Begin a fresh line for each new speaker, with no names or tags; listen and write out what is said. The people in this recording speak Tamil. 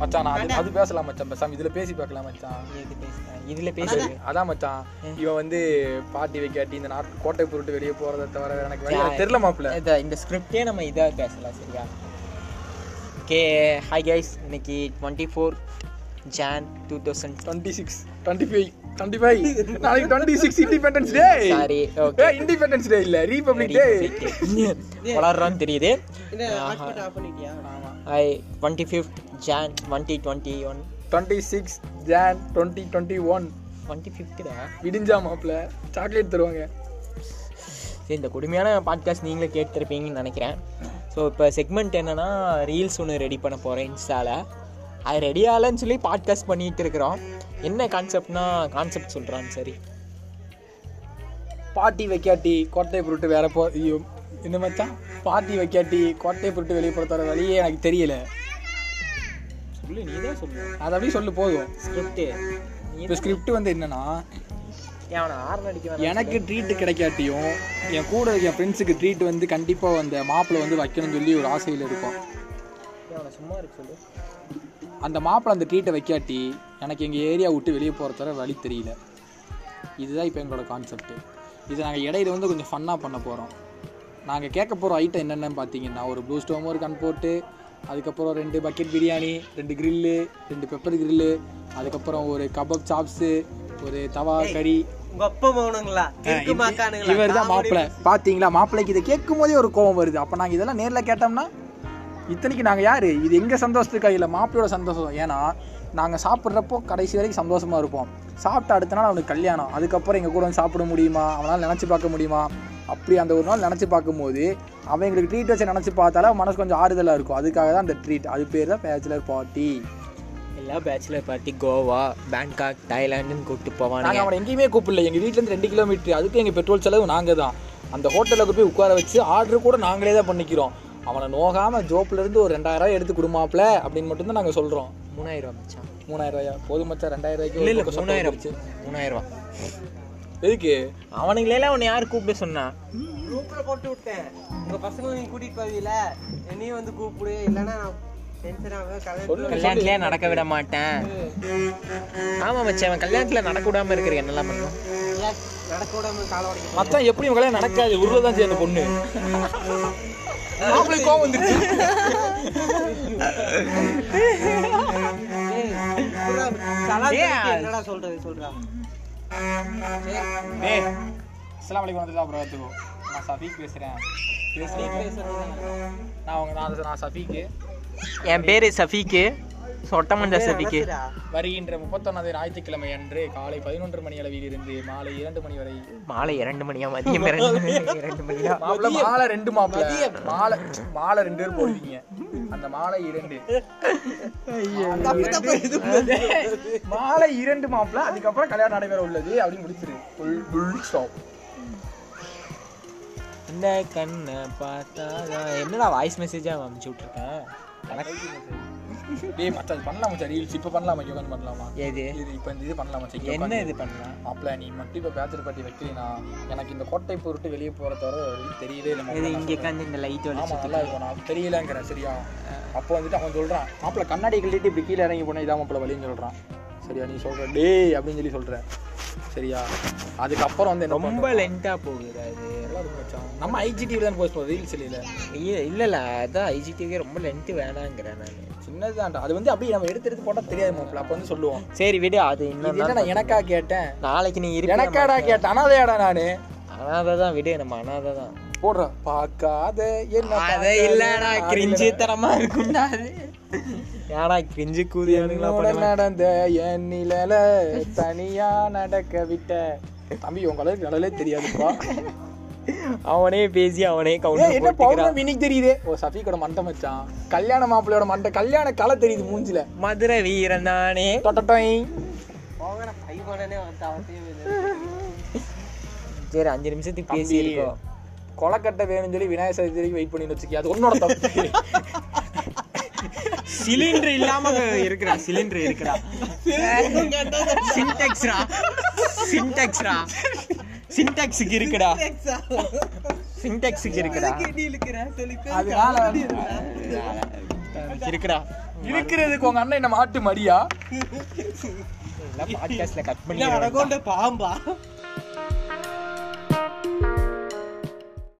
மச்சான் நான் அது- அது பேசலாம் மச்சான் பேசாம இதுல பேசி பார்க்கலாம் மச்சான்
இது பேசுறேன் இதுல
சரி,
பேசு
அதான் மச்சான் இவன் வந்து பாட்டி வைக்காட்டி இந்த நாட்டு கோட்டை பொருட்டு வெளியே போறதை தவிர வேற எனக்கு வேற தெரியல மாப்பிள்ள
இத- இந்த ஸ்கிரிப்டே நம்ம இதாக பேசலாம் சரியா ஓகே ஹாய் கைஸ் இன்னைக்கு twenty four Jan two thousand
twenty six twenty five twenty five நாளைக்கு twenty six independence day
sorry okay
independence day இல்ல ரீபப்ளிக் டே
வளர்றோன்னு தெரியுது
இந்த ஹாட்ஸ்பாட் ஆஃப் பண்ணிட்டியா
ஆமா
hi twenty fifth Jan twenty twenty one
twenty six Jan twenty twenty one
டுவெண்ட்டி ஃபிஃப்த்டா
விடிஞ்சா மாப்பிள்ள சாக்லேட் தருவாங்க
சரி இந்த கொடுமையான பாட்காஸ்ட் நீங்களே கேட்டிருப்பீங்கன்னு நினைக்கிறேன் ஸோ இப்போ செக்மெண்ட் என்னன்னா ரீல்ஸ் ஒன்று ரெடி பண்ண போகிறேன் இன்ஸ்டாவில் அது ரெடி ஆகலன்னு சொல்லி பாட்காஸ்ட் பண்ணிட்டு இருக்கிறோம் என்ன கான்செப்ட்னா கான்செப்ட் சொல்கிறான் சரி
பாட்டி வைக்காட்டி கோட்டை பொருட்டு வேற போ ஐயோ என்ன மச்சான் பாட்டி வைக்காட்டி கோட்டை பொருட்டு வெளியே போகிறத வழியே எனக்கு தெரியல
சொல்லு நீ தான் சொல்லு
அதை அப்படியே சொல்லு போதும்
ஸ்கிரிப்ட்
இப்போ ஸ்கிரிப்ட் வந்து என்னன்னா
அவனை ஆர்ன் அடிக்க வேணாம்
எனக்கு ட்ரீட் கிடைக்காட்டியும் என் கூட இருக்க என் ஃப்ரெண்ட்ஸுக்கு ட்ரீட் வந்து கண்டிப்பாக அந்த மாப்பிள்ளை வந்து வைக்கணும்னு சொல்லி ஒரு ஆசையில் இருக்கும்
அவனை சும்மா இருக்கு சொல்லு
அந்த மாப்பிள்ளை அந்த ட்ரீட்டை வைக்காட்டி எனக்கு எங்கள் ஏரியா விட்டு வெளியே போகிறத வழி தெரியல இதுதான் இப்போ எங்களோட கான்செப்ட் இது நாங்கள் இடையில வந்து கொஞ்சம் ஃபன்னாக பண்ண போகிறோம் நாங்கள் கேட்க போகிற ஐட்டம் என்னென்னு பார்த்தீங்கன்னா ஒரு ப்ளூ ஸ்டோம் ஒரு கன் போட்டு அதுக்கப்புறம் ரெண்டு பக்கெட் பிரியாணி ரெண்டு கிரில்லு ரெண்டு பெப்பர் கிரில்லு அதுக்கப்புறம் ஒரு கபப் சாப்ஸு ஒரு தவா கறி
உங்க அப்பா மௌனங்களா தெற்கு மாக்கானுங்களா
இவர் தான் மாப்பிள்ளை பாத்தீங்களா மாப்பிள்ளைக்கு இதை கேட்கும் போதே ஒரு கோவம் வருது அப்ப நாங்க இதெல்லாம் நேர்ல கேட்டோம்னா இத்தனைக்கு நாங்க யாரு இது எங்க சந்தோஷத்துக்கா இல்ல மாப்பிள்ளையோட சந்தோஷம் ஏன்னா நாங்க சாப்பிட்றப்போ கடைசி வரைக்கும் சந்தோஷமா இருப்போம் சாப்பிட்ட அடுத்த நாள் அவனுக்கு கல்யாணம் அதுக்கப்புறம் எங்க கூட வந்து சாப்பிட முடியுமா அவனால நினைச்சு பார்க்க முடியுமா அப்படி அந்த ஒரு நாள் நினைச்சு பார்க்கும்போது அவன் எங்களுக்கு ட்ரீட் வச்சு நினைச்சு பார்த்தாலே அவன் மனசு கொஞ்சம் ஆறுதலா இருக்கும் அதுக்காக தான் அந்த ட்ரீட் அது பேர் தான் பேச்சுலர் பார்ட்டி
எல்லா பேச்சுலர் பார்ட்டி கோவா பேங்காக் தாய்லாண்டுன்னு கூப்பிட்டு போவானுங்க
நாங்கள் அவனை எங்கேயுமே கூப்பிடல எங்கள் வீட்டிலேருந்து ரெண்டு கிலோமீட்டர் அதுக்கு எங்கள் பெட்ரோல் செலவு நாங்கள் தான் அந்த ஹோட்டலுக்கு போய் உட்கார வச்சு ஆர்டர் கூட நாங்களே தான் பண்ணிக்கிறோம் அவனை நோகாமல் ஜோப்லேருந்து ஒரு ரெண்டாயிரம் எடுத்து கொடுமாப்ல அப்படின்னு மட்டும்தான் நாங்கள் சொல்கிறோம்
மூணாயிரம் ரூபா மச்சான்
மூணாயிரம் ரூபாயா போதும் மச்சா ரெண்டாயிரம் ரூபாய்க்கு
இல்லை
ஒரு
இல்லை
பக்கம் சொட்டை
மூணாயிரம்
வந்துருச்சு.
மூணாயிரம் ரூபா
எதுக்கு
அவனுங்களெல்லாம் உன்னை யார் கூப்பிட சொன்னா
குரூப்ல போட்டு விட்டேன் உங்க பசங்களை நீங்க கூட்டிட்டு போவீல நீ வந்து கூப்பிடு இல்லைன்னா நான் டென்ஷன் ஆகும் கல்யாணம்
சொல்லு
கல்யாணத்துலயே நடக்க விட மாட்டேன் ஆமா மச்சான் அவன் கல்யாணத்துல நடக்க விடாம இருக்கிற என்னெல்லாம் பண்ணும்
இல்ல, நடக்க விடாம கால உடைக்க
மச்சான் எப்படி இவங்களே நடக்காது உருளை தான் செய்ய அந்த பொண்ணு மாப்பிள்ளை கோவம் வந்துருச்சு
ஏய், சொல்றா, சலாத்து
ஏய்,
இருக்கு, என்னடா சொல்றது சொல்றா சரி,
டேய் அஸ்லாம் வலைக்கம் வந்து அப்புறம் பார்த்துக்கோ நான் சஃபீக் பேசுகிறேன் பேசுகிறேன்
பேசுறது.
நான் அவங்க நான் நான் சஃபீக்கு
என் பேரு சஃபீக்கு சொட்டமண்டா சஃபீக்கு
நடத்துடா.
வருகின்ற முப்பத்தொன்னாவது ஞாயிற்றுக்கிழமை அன்று காலை பதினொன்று மணி அளவில் இருந்து மாலை இரண்டு மணி வரை
மாலை இரண்டு மணியா மதியம் இரண்டு மணி- இரண்டு மணியா
மாப்பிள்ள மாலை ரெண்டு மாப்பிள்ள மாலை மாலை ரெண்டு பேர் போடுவீங்க அந்த மாலை இரண்டு மாலை இரண்டு மாப்பிள்ள அதுக்கப்புறம் கல்யாணம் நடைபெற உள்ளது அப்படின்னு முடிச்சிரு புல் புல் ஸ்டாப்
இந்த கண்ணை பார்த்தா என்னடா வாய்ஸ் மெசேஜா அனுப்பிச்சு விட்டுருக்கேன்
டேய் மச்சான் இது பண்ணலாம் மச்சான் ரீல்ஸ் இப்போ பண்ணலாம் மச்சான் உட்காந்து பண்ணலாமா
எது
இது இப்போ இந்த இது பண்ணலாம் மச்சான்
என்ன இது பண்ணலாம்
மாப்பிள்ள நீ மட்டும் இப்போ பேச்சர் பாட்டி வைக்கலினா எனக்கு இந்த கோட்டை பொருட்டு வெளியே போகிற தவிர தெரியவே இல்லை
இது
மாப்பிள்ள.
இங்க உட்காந்து இந்த லைட்
ஆமா
வெளிச்சம்
நல்லா இருக்கும் நான் தெரியலங்கிறேன் சரியா அப்போ வந்துட்டு அவன் சொல்றான் மாப்பிள்ள கண்ணாடி கழட்டிட்டு இப்படி கீழே இறங்கி போனா இதான் மாப்பிள்ள வழின்னு சொல்றான் சரியா நீ சொல்ற டேய் அப்படின்னு சொல்லி சொல்ற சரியா அதுக்கப்புறம் வந்து என்ன
ரொம்ப லென்த்தா போகுது அது
நல்லா இருக்கும் மச்சான். நம்ம ஐஜிடிவி தான் போஸ்ட் பண்ணுவோம் ரீல்ஸ் இல்லையில
இல்ல- இல்லல அதான் ஐஜிடிவியே ரொம்ப லென்த் வேணாங்கிறேன் நான்
சின்னதுதான்டா அது வந்து அப்படியே நம்ம எடுத்து எடுத்து போட்டா தெரியாது மாப்பிள்ள அப்போ வந்து சொல்லுவோம்
சரி விடு அது
இது
என்ன
என்ன நான் எனக்கா கேட்டேன்
நாளைக்கு நீ இருக்க
எனக்காடா கேட்டேன் அனாதையாடா நானு
அனாதை தான் விடு நம்ம அனாதை தான்
போடுற பார்க்காத என்ன
அதே இல்லடா கிரிஞ்சி தரமா இருக்கும்டா அது ஏடா கிரிஞ்சி கூதியானுங்களா
என்னோட நடந்த என் நிழல தனியா நடக்க விட்ட தம்பி உங்க அளவுக்கு நிழலே தெரியாதுப்பா
அவனே பேசி அவனே
ஏய், என்ன
கவுண்டர் போட்டுக்கிறான்
பௌர்ணமி இன்னைக்கு தெரியுதே ஓ சஃபிகோட மண்டை மச்சான் கல்யாண மாப்பிள்ளையோட மண்டை கல்யாண கலை தெரியுது மூஞ்சில
மதுரை வீரன் தானே
தொட்டட்டோய்
போங்கடா, கைமடனே வந்து அவத்தையும் இது.
சரி அஞ்சு நிமிஷத்துக்கு பேசி
தம்பி.
இருக்கோம்
கொலக்கட்டை வேணும்னு சொல்லி விநாயகர் சதுர்த்திக்கு வெயிட் பண்ணி வச்சுக்கி அது உன்னோட தப்பு
சிலிண்டர் இல்லாம இருக்கிறா சிலிண்டர் இருக்கிறா சின்டெக்ஸ்ரா சின்டெக்ஸ்ரா சின்டெக்ஸுக்கு இருக்குடா சின்டெக்ஸுக்கு இருக்குடா
நீ இழுக்கிற, சொல்லி
அதனால
இருக்குடா
இருக்கிறதுக்கு உங்க அண்ணன் என்ன மாட்டு மடியா
பாட்காஸ்ட்ல கட்
இல்ல
பண்ணி
அடகோண்ட பாம்பா